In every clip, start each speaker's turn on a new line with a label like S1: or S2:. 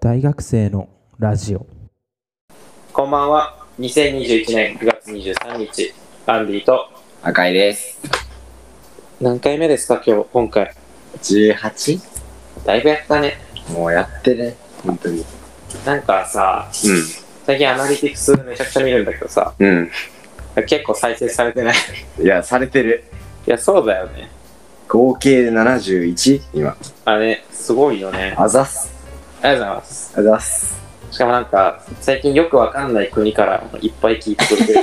S1: 大学生のラジオ
S2: こんばんは。2021年9月23日、アンディと、
S3: 赤井です。
S2: 何回目ですか、今日、今回。
S3: 18?
S2: だいぶやったね。
S3: もうやってね。本当に。
S2: なんかさ、最近アナリティクスめちゃくちゃ見るんだけどさ、
S3: うん。う
S2: 結構再生されてない。 い
S3: ん。いや、されてる。
S2: や、そうだよね。
S3: 合計で 71? 今。
S2: あれ、すごいよね。
S3: あざっす。
S2: ありがとうございます。
S3: あざっす。
S2: しかもなんか、最近よくわかんない国からいっぱい聞いてくれてる。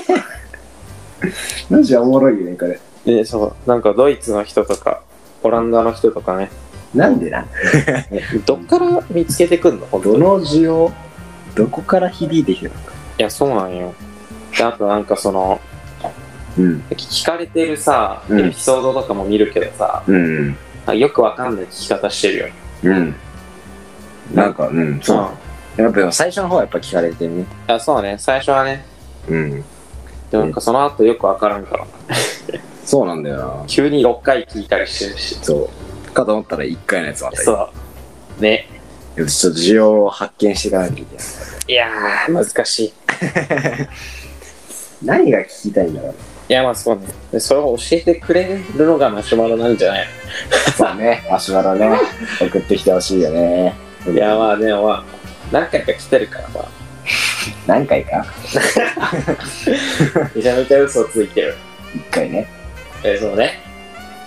S3: マジおもろいよね、これ。
S2: で、そう、なんかドイツの人とか、オランダの人と かね、
S3: なんでな
S2: どっから見つけてくんの本当に。
S3: ど
S2: い
S3: の字を、どこから響いてきたのか。
S2: や、そうなんよ。であとなんかその、
S3: うん。
S2: 聞かれてるさ、
S3: うん
S2: エピソードとかも見るけどさ、
S3: うん。
S2: よくわかんない聞き方してるよね。
S3: うん。なんか、うん、そう。
S2: ん。
S3: やっぱでも最初の方はやっぱ聞かれてるね。
S2: あそうね、最初はね。
S3: うん。
S2: でもなんかその後よくわからんから、
S3: そうなんだよな。
S2: 急に6回聞いたりしてるし。
S3: そう。かと思ったら1回のやつもあったり。
S2: そう。ね。
S3: よしちょっと需要を発見していかなきゃいけない。
S2: いやー、難しい。い
S3: 何が聞きたいんだろう。
S2: や、まあそうね。でそれを教えてくれるのがマシュマロなんじゃない
S3: そうね、マシュマロ ね、送ってきてほしいよね。
S2: いや、まあでもまあ、何回か来てるからさ、
S3: 何回か
S2: めちゃめちゃ嘘ついてる。
S3: 一回ね。
S2: えそうね。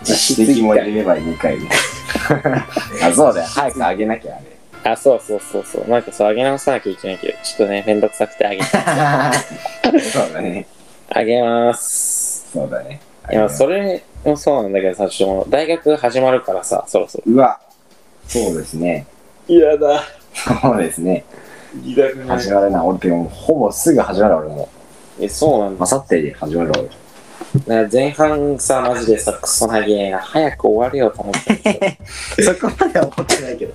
S3: 実質的も入れれば2回ね。あ、そうだよ。早くあげなきゃあ
S2: あ、そうそうそうそう。なんかそう、あげ直さなきゃいけないけど、ちょっとね、めんどくさくて あげ、
S3: れ。そうだね。
S2: あげまーす。
S3: そうだね。
S2: いや、それもそうなんだけどさ、ちょっともう大学始まるからさ、そろそろ。
S3: うわ、そうですね。
S2: 嫌だ。
S3: そうですね。
S2: 行きたく
S3: 始まるな。俺ってもうほぼすぐ始まる俺も。
S2: え、そうなんだ
S3: あ。さって始まる俺。
S2: なんか前半さ、マジでさ、クソなげえな。早く終わるよと思ってた けど
S3: そこまでは思ってないけど。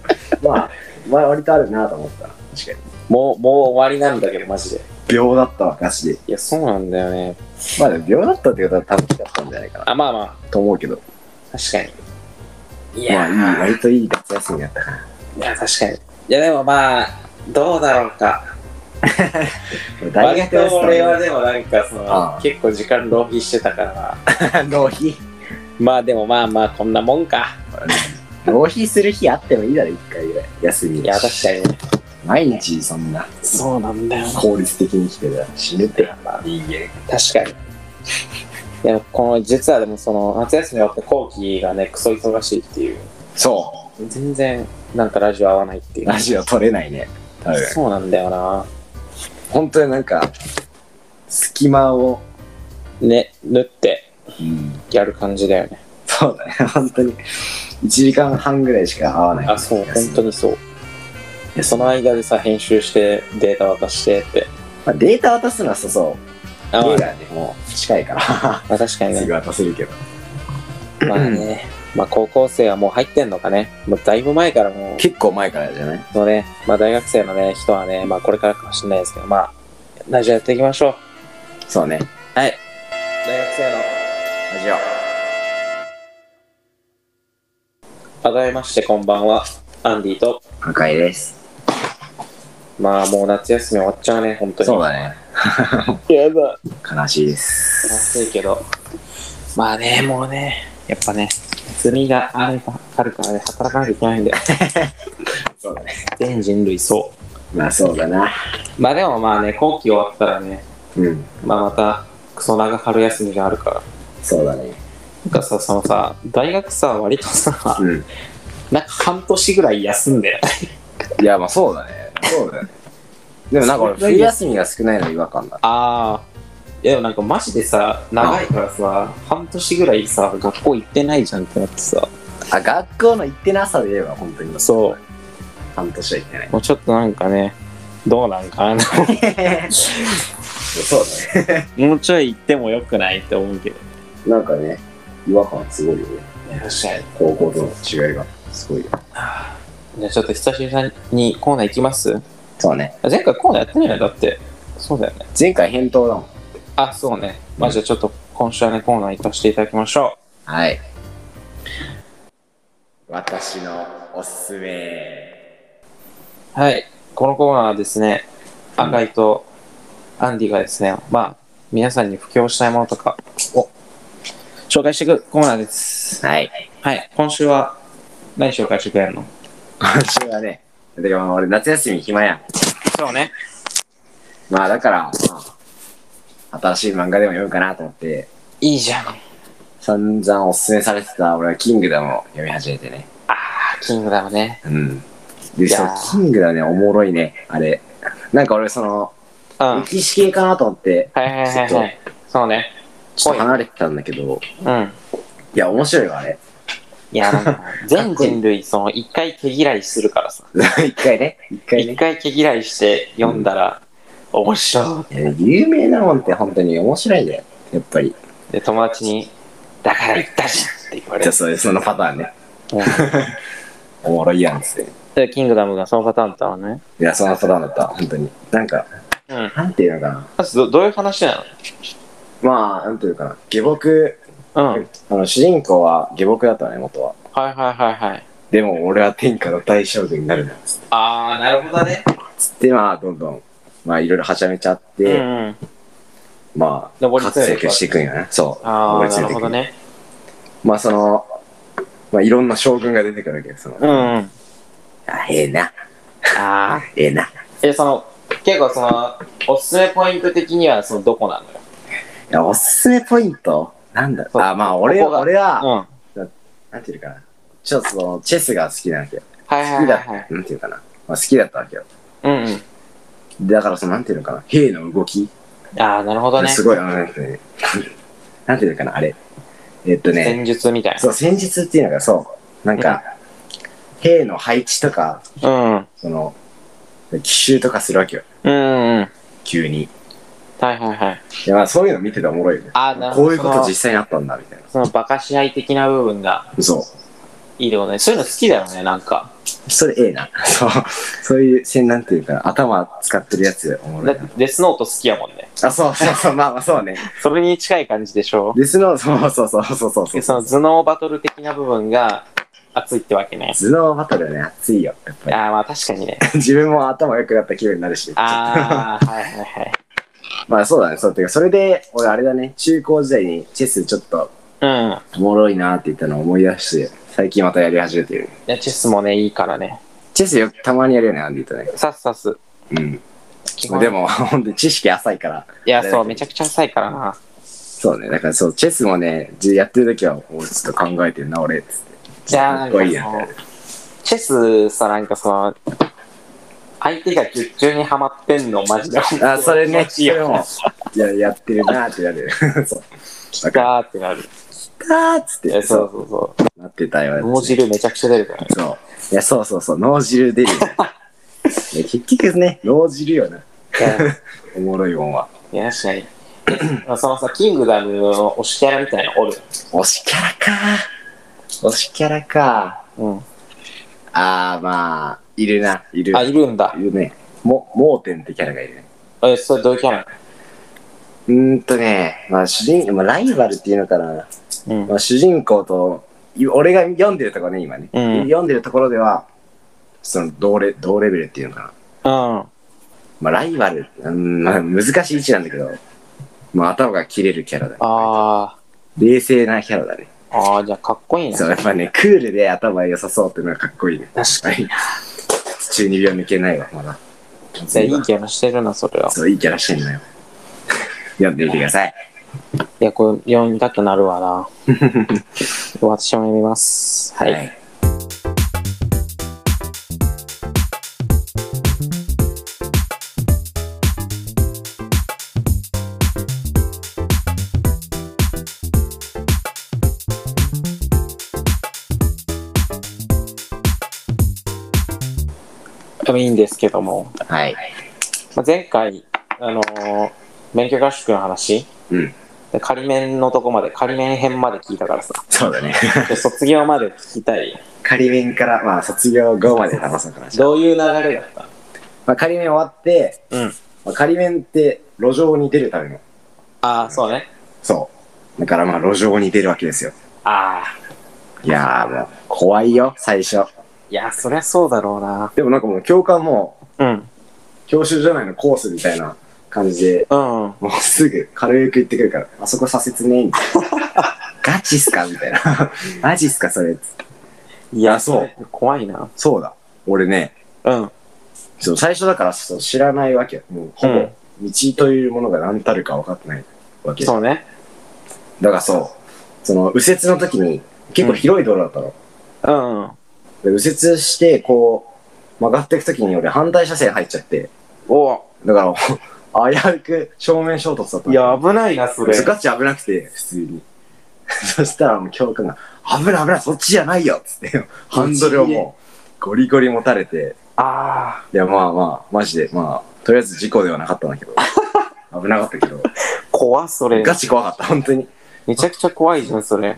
S3: まあ、前割とあるなと思った。確かに。
S2: もう、もう終わりなんだけど、マジで。
S3: 秒だったわ、ガチで。
S2: いや、そうなんだよね。
S3: まあでも秒だったってことは楽しかったんじゃないかな。
S2: あ、まあま
S3: と思うけど。
S2: あ、確かに。い
S3: ま
S2: や
S3: あ
S2: ー、
S3: いい、割といい夏休みだったかな。
S2: いや、確かに。いや、でもまあ、どうだろうか。
S3: 大
S2: 割
S3: 学や
S2: と俺は
S3: っ
S2: でもなんか、その
S3: あ、あ
S2: 結構時間浪費してたからな。
S3: たから浪費。
S2: まあでもまあまあ、こんなもんか。
S3: 浪費する日あってもいいだろ、一回ぐらい。休み
S2: いや、確かにね。
S3: 毎日そんな
S2: そうなんだよ
S3: 効率的に来てたら死ぬって。人間。
S2: 確かに。でも、この、実はでもその、夏休み終わって後期がね、クソ忙しいっていう。
S3: そ。
S2: 全然、なんかラジオ合わないっていうう。
S3: ラジオ撮れないね。多分。
S2: そうなんだよな。
S3: 本当になんか、隙間を、
S2: ね、縫って
S3: うん、
S2: やる感じだよね。
S3: そうだね。本当に。1時間半ぐらいしか合わない。
S2: あ、そう、本当にそう。で、その間でさ、編集して、データ渡してって。
S3: まあ、データ渡すのはそうそう。
S2: あ、ま
S3: 家
S2: あ、
S3: がね、もう近いか。
S2: まあ確からに
S3: す
S2: ね
S3: ぐ。渡せるけど。
S2: まあね。まあ、高校生はもう入ってんのかね。もうだいぶ前からもう、
S3: 結構前からじゃない
S2: のね、まあ大学生のね、人はね、まあこれからかもしれないですけど、まあ、ラジオやっていきましょう。
S3: そうね。
S2: はい。大学生の
S3: ラジオ。
S2: 改めましてこんばんはアンディと
S3: 赤井です。
S2: まあもう夏休み終わっちゃうね本当に
S3: そうだね。
S2: やだ
S3: 悲しいです。
S2: 暑いけどまあねもうねやっぱね休みがあればあるからね働かなきゃいけないんだよ
S3: そうだね。
S2: 全人類そ
S3: まあそうだな。
S2: うまあでもまあね後期終わったらね
S3: うん。
S2: まあまたクソ長春休みがあるから
S3: そうだね。
S2: なんかさそのさ大学さ割とさ
S3: うん。
S2: なんか半年ぐらい休んで
S3: いや、まあそうだね。そう だね。でもなんか俺、冬休みが少ないの違和感だ。
S2: ああいやでもなんかマジでさ長いからさ半年ぐらいさ学校行ってないじゃんってなってさ
S3: あ、学校の行ってなさで言えば本当に。
S2: そう。
S3: 半年は行ってない。
S2: もうちょっとなんかね、どうなんかな。
S3: そうだね。
S2: もうちょい行ってもよくないって思うけど。
S3: なんかね、違和感すごいよね。
S2: 確かに。じ
S3: 高校との違いが。すごいよ。
S2: ゃあちょっと久しぶりにコーナー行きます
S3: そうね。
S2: 前回コーナーやってないよ、だって。そうだよね。
S3: 前回返答だもん。
S2: あ、そうね。まあじゃあちょっと今週はね、コーナー行かせていただきましょ
S3: はい。私のおすすめ。
S2: う。はい。このコーナーはですね、赤井とアンディがですね、まあ、皆さんに布教したいものとかを紹介していくコーナーです。
S3: はい。
S2: はい、今週は何紹介してくれるの
S3: 今週はね、だから俺夏休み暇やん。
S2: そうね。
S3: まあだから、まあ、新しい漫画でも読むかなと思って、
S2: いいじゃん。あ
S3: 散々おすすめされてた俺はキングダムを読み始めてね。
S2: あ、キングダムね。
S3: うん。で、
S2: いやー
S3: そのキングダムね、おもろいね、あれ。なんか俺その、
S2: うん。はい
S3: 歴史系かなと思って、
S2: はいはい
S3: ちょ
S2: は
S3: っ
S2: い。そうね。
S3: ちょっと離れてたんだけど、
S2: うん。
S3: いや、面白いわ、あれ。
S2: いや、なん か全人類、その、一回毛嫌いするからさ。
S3: 一回ね、一回
S2: 一
S3: ね。
S2: 回毛嫌いして読んだら、面白い。
S3: いや有名なもんって本当に面白いんだよ、やっぱり。
S2: で、友達に、だから言ったじゃんって言われ
S3: じゃ
S2: る。
S3: あそういう、そのパターンね。
S2: うん
S3: おもろいやんっすね。
S2: で、キングダムがそのパターンだったのね。
S3: いや、そのパターンだった、本当に。なんか、
S2: うん。
S3: なんていうのかな。
S2: まずど、どういう話な
S3: まあ、なんていうかな。下僕、
S2: のうん。
S3: あの、主人公は下僕だったね、元は。
S2: はいはいはいはい。
S3: でも俺は天下の大将軍になるなんつって。
S2: あー、なるほどね。
S3: つって、まあ、どんどん、まあ、いろいろはちゃめちゃあっ
S2: うん
S3: て、
S2: うん。
S3: まあ、
S2: 登り
S3: 活
S2: 詰めて
S3: 躍していくんよね。そう。
S2: あ
S3: 登
S2: ー、
S3: り詰
S2: な
S3: め
S2: る
S3: てい
S2: ほ
S3: く
S2: ど。ね。
S3: まあ、その、まあ、いろんな将軍が出てくるわけよ、その。
S2: うんうん。
S3: あ、ええな、
S2: あー。
S3: ええな。
S2: え、その、結構その、おすすめポイント的には、その、どこなのよ。
S3: いや、おすすめポイントなんだろ
S2: そう
S3: う。あ、まあ、俺
S2: ここが
S3: は、俺は、
S2: うん。は
S3: なんていうかな。ちょっとその、チェスが好きなわけよ。
S2: いは
S3: 好
S2: い
S3: きだ
S2: は
S3: っ
S2: い
S3: た。
S2: はい。
S3: なんていうかな。まあ、好きだったわけよ。
S2: うんうん。
S3: だから、その、なんていうのかな。兵の動き。
S2: あー、なるほどね。
S3: すごい、あの、なんていうのねなんていうのかな、あれ。えっとね。
S2: 戦術みたい
S3: そう、戦術っていうのがそう、なんか、兵の配置とか、
S2: な。うん。うん
S3: その、奇襲とかするわけよ、
S2: うんうん。
S3: 急に。
S2: はいはいはい。
S3: いや、まあそういうの見てておもろいよね。
S2: あー、なるほど。
S3: こういうこと
S2: その
S3: 実際にあったんだ、みたいな。
S2: その、バカし合い的な部分が
S3: そ
S2: いいってことね。そういうの好きだよね、なんか。
S3: う。それええな。 そう。そういう、せんなんていうか、頭使ってるやつおも
S2: だ
S3: ろ
S2: っ
S3: いな。
S2: てデスノート好きやもんね。
S3: あ、そうそうそう、まあまあそうね。
S2: それに近い感じでしょ
S3: デスノー、そうそうそうそうそうそう
S2: でその頭脳バトル的な部分が熱いってわけね。
S3: 頭脳バトルはね、熱いよ、やっ
S2: あ
S3: ぱ
S2: ー
S3: り。
S2: まあ確かにね。
S3: 自分も頭良くなった気分になるし。
S2: あー、はいはいはい。
S3: まあそうだね、そう。てか、それで、俺あれだね、中高時代にチェスちょっと
S2: うん
S3: おもろいなって言ったのを思い出して、最近またやり始めてる。
S2: いや。チェスもね、いいからね。
S3: チェスよくたまにやるよね、アンディとね。
S2: さっさす。
S3: うん。
S2: 基
S3: ま
S2: 本
S3: あでも、 ほんとに知識浅いから。
S2: いや、そう、めちゃくちゃ浅いからな。
S3: そうね、だからそう、チェスもね、じやってる時は、おちょっと考えてるな、俺、つって。
S2: じゃあ、なん
S3: かっこ
S2: か
S3: いい
S2: そ
S3: やん
S2: の、チェスさ、なんかその、相手が術中にはまってんの、マジで。
S3: あ、それ
S2: 気
S3: ね、
S2: 持ちいい
S3: それ
S2: よ。
S3: も、いや、やってるなってなる。 そう。
S2: 来たーってなる。
S3: あーっつっ
S2: いや
S3: て、
S2: そ
S3: そう、
S2: そうそう
S3: なってたよ、
S2: う。脳汁めちゃくちゃ出るからね。
S3: そう。いや、そうそうそう、脳汁出るよね。 いや結局ね、脳汁よな。
S2: いや
S3: おもろいもんは。
S2: いや、確かに。まあそのさ、キングダムの推しキャラみたいなのおる。
S3: 推しキャラか推しキャラか
S2: う
S3: あー、まあ、いるな、いる。
S2: あ、いるんだ
S3: い。るね。も、盲点ってキャラがいるね。
S2: え、それどういうキャラ
S3: うーんとね、まあ主人、まあライバルっていうのかな。
S2: うん。
S3: まあ主人公と、い俺が読んでるところね、今ね。
S2: うん
S3: 読んでるところでは、その同レ、同レベルっていうのかな。
S2: うん。
S3: まあライバル、うーん、まあ難しい位置なんだけど、まあ頭が切れるキャラだね。
S2: あ
S3: 冷静なキャラだね。
S2: ー。あー、じゃあかっこいいね。
S3: そう、やっぱね、クールで頭良さそうっていうのはかっこいいね。
S2: 確 かに。
S3: 中二病抜けないわ、まだ。
S2: じゃあいいキャラしてるな、それは。
S3: そう、いいキャラしてん のよ。読んでみてください。
S2: いや、これ読みたくなるわ な。私も読みます。はい。
S3: い。
S2: でもいいんですけども。
S3: はい。
S2: まあ、前回、あのー、免許合宿の話。
S3: うん。
S2: で仮面のとこまで、仮面編まで聞いたからさ。
S3: そうだね。
S2: で卒業まで聞きたい。
S3: 仮面から、まあ、卒業後まで話そうかな。
S2: どういう流れだっ
S3: まあ、仮面終わって、
S2: たうん。
S3: まあ、仮面って路上に出るための。
S2: あー、そうね。
S3: そう。だからまあ、路上に出るわけですよ。
S2: あー。
S3: いやーもう、怖いよ、最初。
S2: いや、そりゃそうだろうな。
S3: でもなんかもう、教官も、
S2: うん。
S3: 教習所内のコースみたいな感じで、
S2: うん。
S3: もうすぐ軽く行ってくるから、あそこ左折ね、みたい な。ガチっすかみたいな。 マジっすかそれ。
S2: い
S3: やそう。
S2: 怖いな。
S3: そうだ。俺ね、
S2: うん。
S3: そう最初だからそう知らないわけよ。もうほぼ、
S2: うん
S3: 道というものが何たるか分かってないわけ。
S2: そうね。
S3: だからそう、その右折の時に結構広い道路だったの。
S2: うん。
S3: で右折して、こう、曲がっていく時に俺反対車線入っちゃって、
S2: お
S3: だからもう危うく正面衝突だったの
S2: いや、危ないな、それ。
S3: ガチ危なくて、普通に。 そしたらもう教官が、危ない危ない、そっちじゃないよっつって、ハンドルをもう、ゴリゴリ持たれて、
S2: あ
S3: いや、まあまあ、マジで、まあ、とりあえず事故ではなかったんだけど、 危なかったけど、
S2: あ、怖っそれ。
S3: ガチ怖かった、本当に。
S2: めちゃくちゃ怖いじゃん、それ。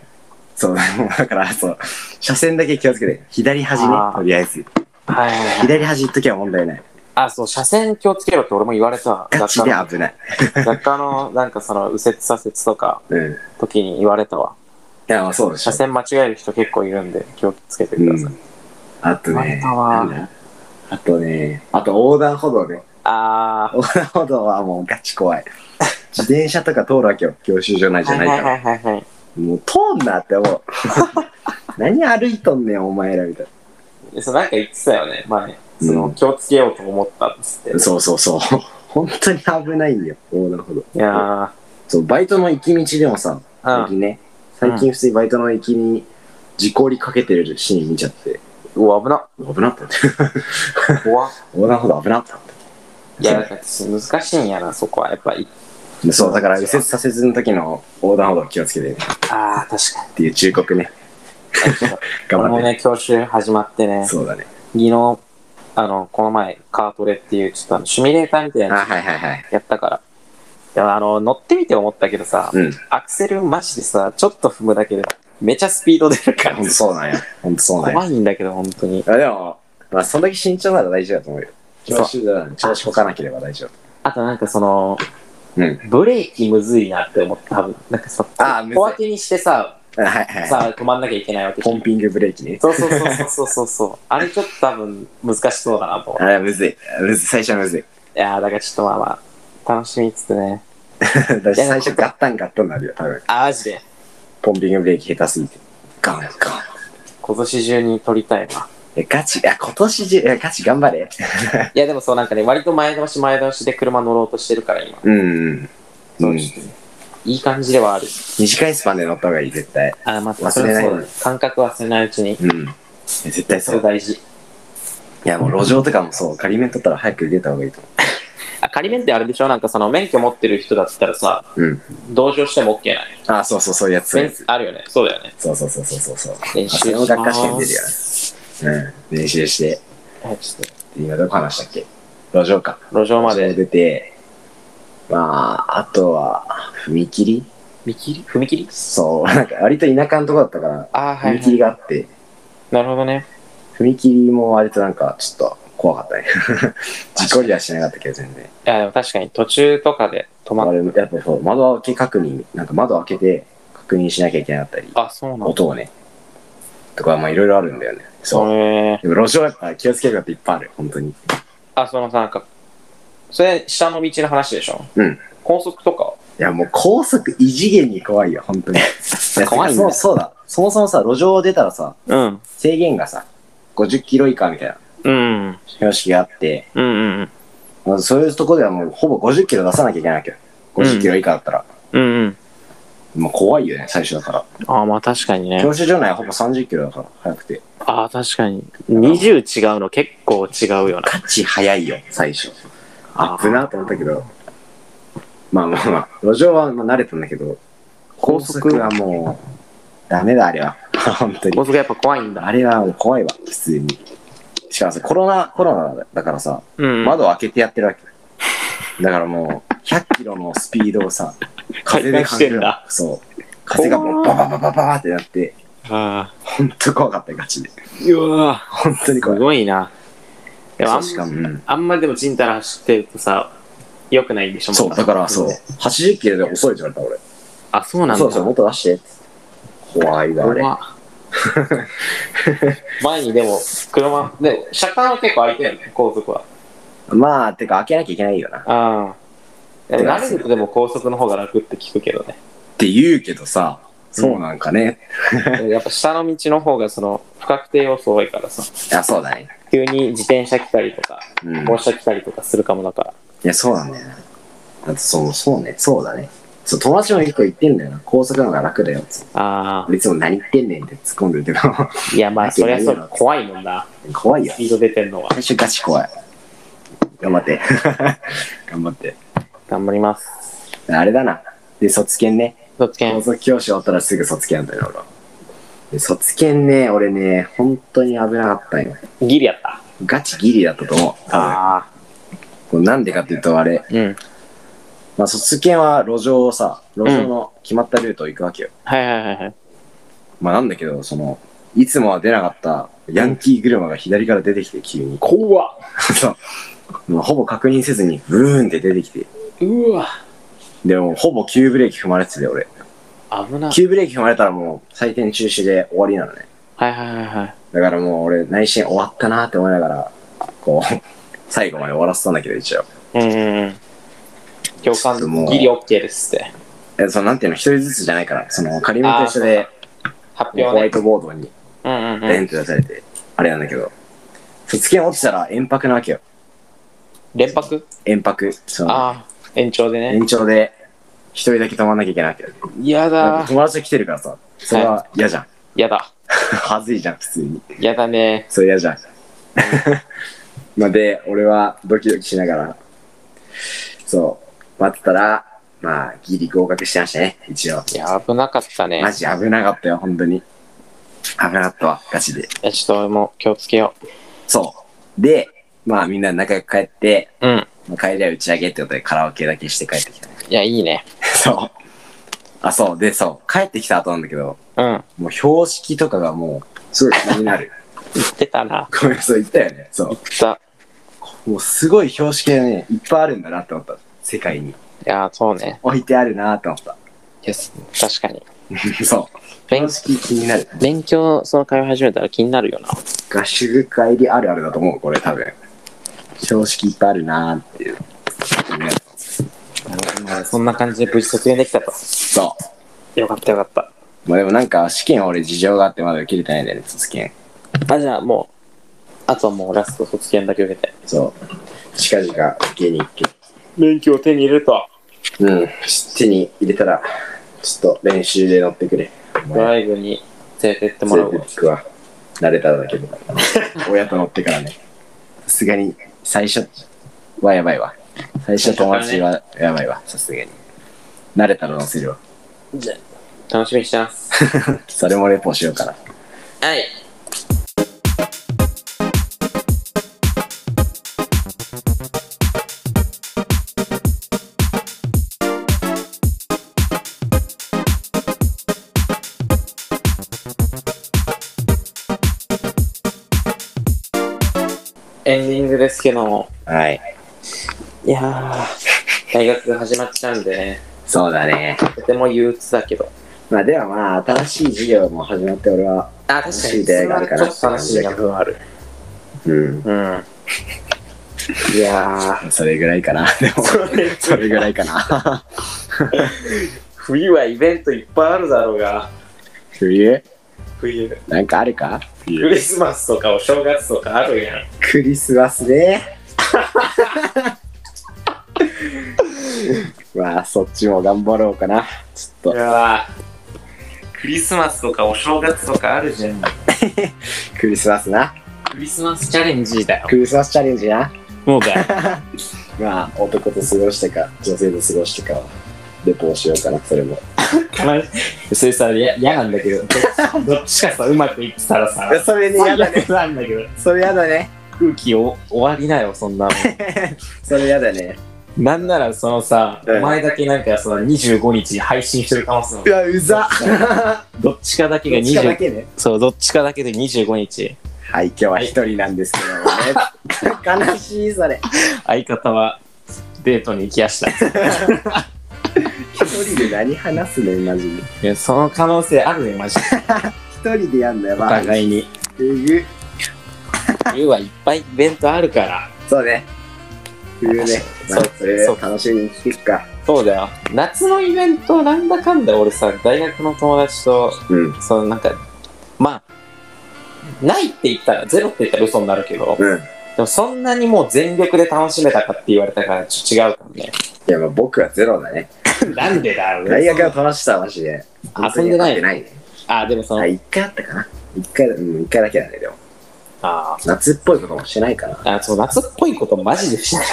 S3: そう、だから、そう、車線だけ気をつけて、左端ね
S2: あ、ー
S3: とりあえず。
S2: はいはいはい。
S3: 左端行っときゃ問題ない。
S2: あ、そう、車線気をつけろって俺も言われた。
S3: ガチで
S2: 学
S3: 危ない。
S2: 科の、学科の、なんかその、右折左折とか、
S3: うん。い
S2: 時に言われたわ。
S3: や、まあそうでしょ
S2: 車。線間違える人結構いるんで、気をつけてく
S3: う
S2: ださい。
S3: ん。あとね、
S2: あったわ
S3: なんだあとね、あと横断歩道ね。
S2: あ
S3: 横断歩道はもうガ チ怖い。自転車とか通るわけよ。教習所内
S2: あ、
S3: じゃ
S2: は
S3: ないい
S2: は
S3: か
S2: い
S3: ら。
S2: はいはいはい。
S3: もう通んなっ て思う。何歩いとんねん、お前らみたい
S2: でそう、なんか言ってたよね、前。その、
S3: うん
S2: 気をつけようと思ったっつって。
S3: な。そうそう そう。本当に危ないんよ、横断歩道。
S2: いや
S3: そう、バイトの行き道でもさ、
S2: ー、
S3: 最近ね、最近普通にバイトの行きに、事故りかけてるシーン見ちゃって、
S2: うん。うわ、危な。
S3: 危なった って。
S2: 怖っ
S3: 横断歩道危なったって。
S2: いや、なんか難しいんやな、そこは。やっぱ、い
S3: そうそう、だから右折左折の時の横断歩道気をつけてね
S2: ああ、確かに。
S3: っていう忠告 ね。頑
S2: 俺
S3: 張
S2: も
S3: って。
S2: ね、教習始まってね、
S3: そうだね。
S2: 昨日、あの、この前、カートレっていう、ちょっとあの、シミュレーターみたい
S3: あ、
S2: なや
S3: はいはいはい。
S2: つやったから。でもあの、乗ってみて思ったけどさ、
S3: うん。
S2: アクセルマジでさ、ちょっと踏むだけで、めちゃスピード出るか
S3: ほん
S2: ら
S3: と、そうなんや。ほんとそうなんや。
S2: 怖いんだけど、本当に。
S3: あでも、まあ、そんだけ慎重なら大丈夫だと思うよ。
S2: そう
S3: 調子だな調子こかなければ大丈夫。
S2: あとなんかその、
S3: うん。
S2: ブレーキむずいなって思った、多分。なんかさ、
S3: あーむずい
S2: 小分けにしてさ、
S3: あはいはいはい。
S2: さ、止まんなきゃいけないわけじゃ
S3: ポ
S2: ん
S3: ンピングブレーキね。
S2: そうそうそうそうそうそう。あれちょっと多分難しそうだなと思って。
S3: あ、むずい。むずい。最初はむ ずい。
S2: いやー、だからちょっとまあまあ、楽しみっつってね。
S3: 私最初ガッタンガッタンになるよ、多分。
S2: あ、マジで。
S3: ポンピングブレーキ下手すぎて。ガンガン。
S2: 今年中に撮りたいわ。
S3: え、ガチ、あ、今年中、え、ガチ頑張 れ。
S2: いや、でもそうなんかね、割と前倒し前倒しで車乗ろうとしてるから今。
S3: うん。
S2: そううんちょっとねいい感じではある。
S3: 短いスパンで乗った方がいい、絶対。
S2: あー、まあ、
S3: 忘れない
S2: そはそうだね感覚忘れないうちに。
S3: うん。え絶対
S2: そ
S3: そ
S2: れ
S3: うだ。
S2: 大事。
S3: いや、もう路上とかもそう。仮面取ったら早く出た方がいいと思
S2: あ、仮免ってあれでしょなんかその免許持ってる人だったらさ、
S3: う。うん。
S2: 同乗しても OK なの
S3: あ、そうそう、そういうやつ。そういうやつ
S2: あるよね。そうだよね。
S3: そうそうそうそうそう。
S2: 練
S3: あそ
S2: 習
S3: れも学科試験出る
S2: し
S3: よ
S2: ま
S3: ね
S2: す
S3: うん。練習して。
S2: はいちょっ
S3: 今どこ話したっけ路上か。
S2: と、路上ま
S3: 路上
S2: で。
S3: 出て、まあ、あとは、踏切
S2: 見切り踏切
S3: そう、なんか割と田舎のとこだったから、
S2: あー、はい、は
S3: 踏
S2: い。
S3: 切があって、
S2: なるほどね。
S3: 踏切も割となんかちょっと怖かったね。 事故りはしなかったけど全然。
S2: いや、でも確かに途中とかで止ま
S3: あ
S2: っ
S3: れ、やっぱそう、窓開け確認、なんか窓開けて確認しなきゃいけなかったり、
S2: あ、そうなんだ。
S3: 音をね、とかまあいろいろあるんだよね。そう。
S2: へー
S3: でも路上やっぱ気をつけることいっぱいある、本当に。
S2: あ、そのさ、なんか、それ、下の道の話でしょ
S3: うん。
S2: 高速とか
S3: いや、もう高速異次元に怖いよ、本当に。
S2: 怖いんだ
S3: そうそうだ。そもそもさ、路上を出たらさ、
S2: うん。
S3: 制限がさ、50キロ以下みたいな
S2: うん。うん
S3: 標識があって、
S2: うんうん。
S3: まあそういうとこではもうほぼ50キロ出さなきゃいけないわけよ。50キロ以下だったら。
S2: うんうん。
S3: もう怖いよね、最初だから。
S2: あまあ確かにね。
S3: 教習所内はほぼ30キロだから、速くて。
S2: ああ、確かに。20違うの結構違うよな。
S3: ガチ速いよ、最初。
S2: あー
S3: 危なと思ったけど。まあまあまあ、路上はまあ慣れたんだけど、高速はもう、ダメだ、あれは。 本当に。
S2: 高速やっぱ怖いんだ。
S3: あれはもう怖いわ、普通に。しかもさ、コロナ、コロナだからさ、
S2: うん。
S3: 窓を開けてやってるわけ。だからもう、100キロのスピードをさ、風で感じるわ。そう。風がもう、ババババババってなって、
S2: あ
S3: ほんと怖かったよ、ガチで。
S2: あ。うわ
S3: ほんとに
S2: す
S3: 怖い。
S2: ごいな。でもあ
S3: そ
S2: ん
S3: う、しかも、うん
S2: あんまでもちんたら走ってるとさ、良くないんでしょ
S3: そう、だからそうう。、80キロで遅いって言われた、
S2: あ、そうなんだ。
S3: 俺。そうそう、もっと出して。怖いわ、あ れ。
S2: 怖っ前にでも、車、で、車間は結構空いてるね、後続は。
S3: まあ、てか開けなきゃいけないよな。っ
S2: ああ。でも慣れるとでも高速の方が楽って聞くけどね。
S3: て言うけどさ、そうなんかね。
S2: やっぱ下の道の方がその不確定要素多いからさ、
S3: いや、そうだね。
S2: 急に自転車来たりとか、
S3: うん。い
S2: 降車来たりとかするかもだから。
S3: や、そうなんだよな。あと、そう、そうね、そうだね。そう、友達も一個言ってんだよな。高速の方が楽だよっつって。
S2: ああ。
S3: 俺いつも何言ってんねんって突っ込んでるけど、
S2: いやまあ
S3: だけ
S2: そ
S3: ど
S2: りゃそ
S3: 嫌だ
S2: う、怖いもんな。
S3: 怖いよ
S2: ス。ピード出てんのは。
S3: 最初ガチ怖い。頑張って。頑張って。
S2: 頑張ります。
S3: あれだな。で、卒検ね。
S2: どっちけ
S3: 高
S2: ん。
S3: 速教師終わったらすぐ卒検なんだよ、俺は。で卒検ね、俺ね、本当に危なかったよ。
S2: ギリやった。
S3: ガチギリだったと思う。多
S2: ああ。
S3: 分。なんでかっていうと、あれ、
S2: うん。
S3: まあ、卒検は路上をさ、路上の決まったルートを行くわけよ。
S2: はいはいはいはい。
S3: まあ、なんだけど、その、いつもは出なかったヤンキー車が左から出てきて、急に。
S2: 怖っ。
S3: そう。もうほぼ確認せずに、ブーンって出てきて。
S2: うわ。
S3: でも、ほぼ急ブレーキ踏まれてて、俺。
S2: 危ない。
S3: 急ブレーキ踏まれたらもう、採点中止で終わりなのね。
S2: はいはいはいはい。
S3: だからもう俺内心終わったなって思いながら、こう、 最後まで終わらせたんだけど一応。
S2: うんうんうん。共感
S3: ちょっともう
S2: ギリ OK ですって。
S3: え、そのなんていうの、一人ずつじゃないから、その仮面と一緒で、
S2: 発
S3: ホ
S2: 表
S3: ワイ
S2: ね。
S3: トボードに
S2: うんうんう
S3: レンっ
S2: ん。
S3: て出されて、あれなんだけど、卒検落ちたら遠泊なわけよ。
S2: 連泊
S3: 遠泊。その、
S2: ああ。延長でね。
S3: 延長で、一人だけ泊まんなきゃいけないわけよ。
S2: や
S3: だっ
S2: だ
S3: て。友達が来てるからさ、それは嫌じゃん。
S2: やだ。
S3: はずいじゃん、普通に。
S2: やだね。
S3: それ嫌じゃん。 まあで、俺はドキドキしながら、そう、待ってたら、まあ、ギリ合格してましたね、一応。
S2: いや、危なかったね。
S3: マジ危なかったよ、本当に。危なかったわ、ガチで。
S2: いや、ちょっと俺も気をつけよ
S3: そう。で、まあみんな仲良く帰って、
S2: う。うん。
S3: まあ、帰りは打ち上げってことでカラオケだけして帰ってきたね。
S2: いや、いいね。
S3: そう。あ、そう。で、そう。帰ってきた後なんだけど、
S2: うん。
S3: もう標識とかがもう、すごい気になる。
S2: 出たな。
S3: ごめん、そう言ったよね。そう。
S2: さ、
S3: もうすごい標識がね、いっぱいあるんだなって思った。世界に。
S2: いや、そうね。
S3: 置いてあるなって 思っ
S2: いや、す確かに。
S3: た。そう。
S2: 勉
S3: 標識気になる。
S2: 勉強、その会話始めたら気になるよな。
S3: 合宿帰りあるあるだと思う、これ多分。標識いっぱいあるなーっていう。ね
S2: まあそんな感じで無事卒業できたと。
S3: そ
S2: よかったよかっ
S3: う。まあでもなんか試験は俺事情があってまだ受けれてないんだよね、卒検。
S2: た。あ、じゃあもう、あとはもうラスト卒検だけ受けて。
S3: そう。近々受けに行け。
S2: 免許を手に入れると。
S3: うん。手に入れたら、ちょっと練習で乗ってくれ。
S2: ドライブに連れてってもら
S3: 連
S2: う
S3: れ
S2: わ
S3: て。くわ。慣れたらだけど。親と乗ってからね。さすがに、最初はやばいわ。最初友達はやばいわ、さすがに。慣れたら乗せる わ。
S2: じゃあ楽しみにしてます。
S3: それもレポしようかな。
S2: はい。エンディングですけども、
S3: はい。
S2: いやー、大学が始まっちゃうんでね、
S3: そうだね。
S2: とても憂鬱だけど。
S3: まあではまあ、新しい授業も始まって俺は、
S2: あ、確かに、
S3: 楽しい大学か
S2: ちょ
S3: な
S2: っと楽しみな部分はある。
S3: うん。
S2: うん。いや
S3: それぐらいかな。で も、
S2: ー、
S3: それぐらいかな。
S2: 冬はイベントいっぱいあるだろうが、
S3: 冬
S2: 冬、
S3: なんかあるか
S2: クリスマスとかお正月とかあるやん。
S3: クリスマスね。 まあ、そっちも頑張ろうかな。ちょっと、
S2: やクリスマスとかお正月とかあるじゃん。
S3: クリスマスな。
S2: クリスマスチャレンジだよ。
S3: クリスマスチャレンジな。
S2: もうだよ。
S3: まあ、男と過ごしてか、女性と過ごしてか、レポをしようかな、それも。
S2: それさ、や嫌なんだ けど、どっちどっちかさ、うまくいってたらさ、
S3: それね、や
S2: 最
S3: だね。
S2: 悪なんだけど、
S3: それやだね。
S2: 空気を終わりなよ、そんなも
S3: それやだね。
S2: ん。なんならそのさ、
S3: うん
S2: お前だけなんかその25日配信してる可能性も
S3: うわ、うざ。
S2: どっちかだけ
S3: ど
S2: が
S3: っちかだ
S2: 20、
S3: けね。
S2: そう、どっちかだけで25日。
S3: はい、今日は一人なんですけどもね。悲しい、それ。
S2: 相方はデートに行きや した。
S3: 一人で何話すね、マジで。
S2: いや、その可能性あるね、マジで。
S3: 一人でやんだよ、
S2: お
S3: まあ。
S2: 互いに。
S3: えぐ
S2: 冬はいっぱいイベントあるから。
S3: そうね。冬ね。まあ、
S2: そう
S3: それ
S2: そう
S3: 楽しみにしていくか。
S2: そうだよ。夏のイベント、なんだかんだ俺さ、大学の友達と、
S3: うん。
S2: そのなんか、まあ、ないって言ったら、ゼロって言ったら嘘になるけど、
S3: うん。
S2: でもそんなにもう全力で楽しめたかって言われたから、ちょっと違うか
S3: いや、まあ僕はゼロだね。
S2: らね。 なんでだろう
S3: 大学は楽しさはマジで。
S2: 遊んでない
S3: 本当にやってないね。
S2: あ、でもその、
S3: あ、一回あったかな。一回、うん、一回だけだね、でも。
S2: あ
S3: 夏っぽいこともしてないから。
S2: ーあ、そう、夏っぽいことマジでしない。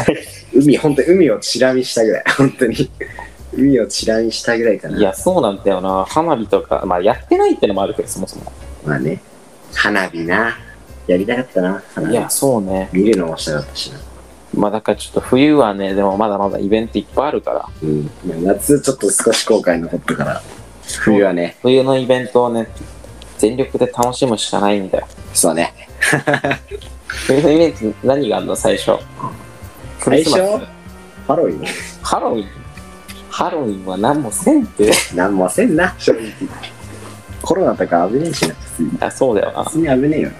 S3: 海、本当に海をチラ見したぐらい。 本当に。海をチラ見したぐらいかな。
S2: いや、そうなんだよな。花火とか、まあ、やってないってのもあるけど、そもそも。
S3: まあね。花火な。やりたかったな、花
S2: い
S3: 火
S2: や、。そうね。
S3: 見るのもしたかったしな。
S2: まあ、だからちょっと冬はね、でもまだまだイベントいっぱいあるから、
S3: うん。まあ夏、ちょっと少し後悔残ったから。冬はね、
S2: 冬のイベントをね、全力で楽しむしかないんだよ。
S3: そうね。
S2: 冬のイベント何があるの最初。クリ
S3: 最
S2: ス
S3: 初
S2: マス
S3: ハロウィン。
S2: ハロウィンハロウィンは何もせんって。
S3: なんもせんな、正直。コロナとか危ねえしな、普通に。
S2: あ、そうだよな
S3: 普。通に危ねえよ。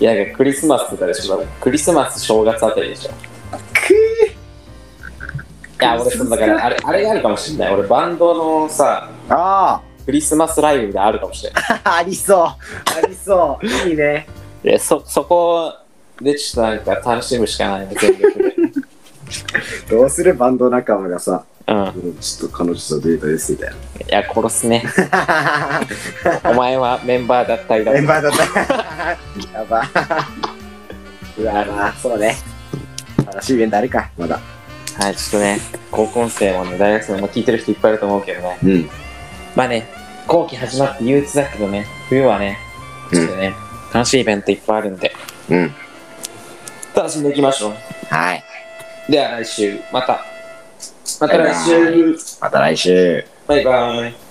S2: いや、クリスマスとかでしょ。クリスマス、正月あたりでしょ。いや、俺、そうだから、あれ、あれがあるかもしんない。俺、バンドのさ、
S3: あ
S2: クリスマスライブであるかもしれない。
S3: あ、ありそう。ありそう。いいね。
S2: いや、そ、そこでちょっとなんか楽しむしかないね、全力 で。
S3: どうするバンド仲間がさ、
S2: うん。
S3: うんちょっと彼女とデートですみたい
S2: い や、殺すね。
S3: な。
S2: お前はメンバーだったりだ
S3: メン
S2: とか。
S3: バーだった。やば。うわまあ、そうね。楽しいイベントあるか、まだ。
S2: はい、ちょっとね、高校生もね、大学生も聞いてる人いっぱいいると思うけどね。
S3: うん。
S2: まあね、後期始まって憂鬱だけどね、冬はね、ちょっとね、楽しいイベントいっぱいあるんで、
S3: うん。
S2: 楽しんでいきましょう。
S3: はい。
S2: では来週、また。また来週。
S3: また来週。
S2: バイバイ。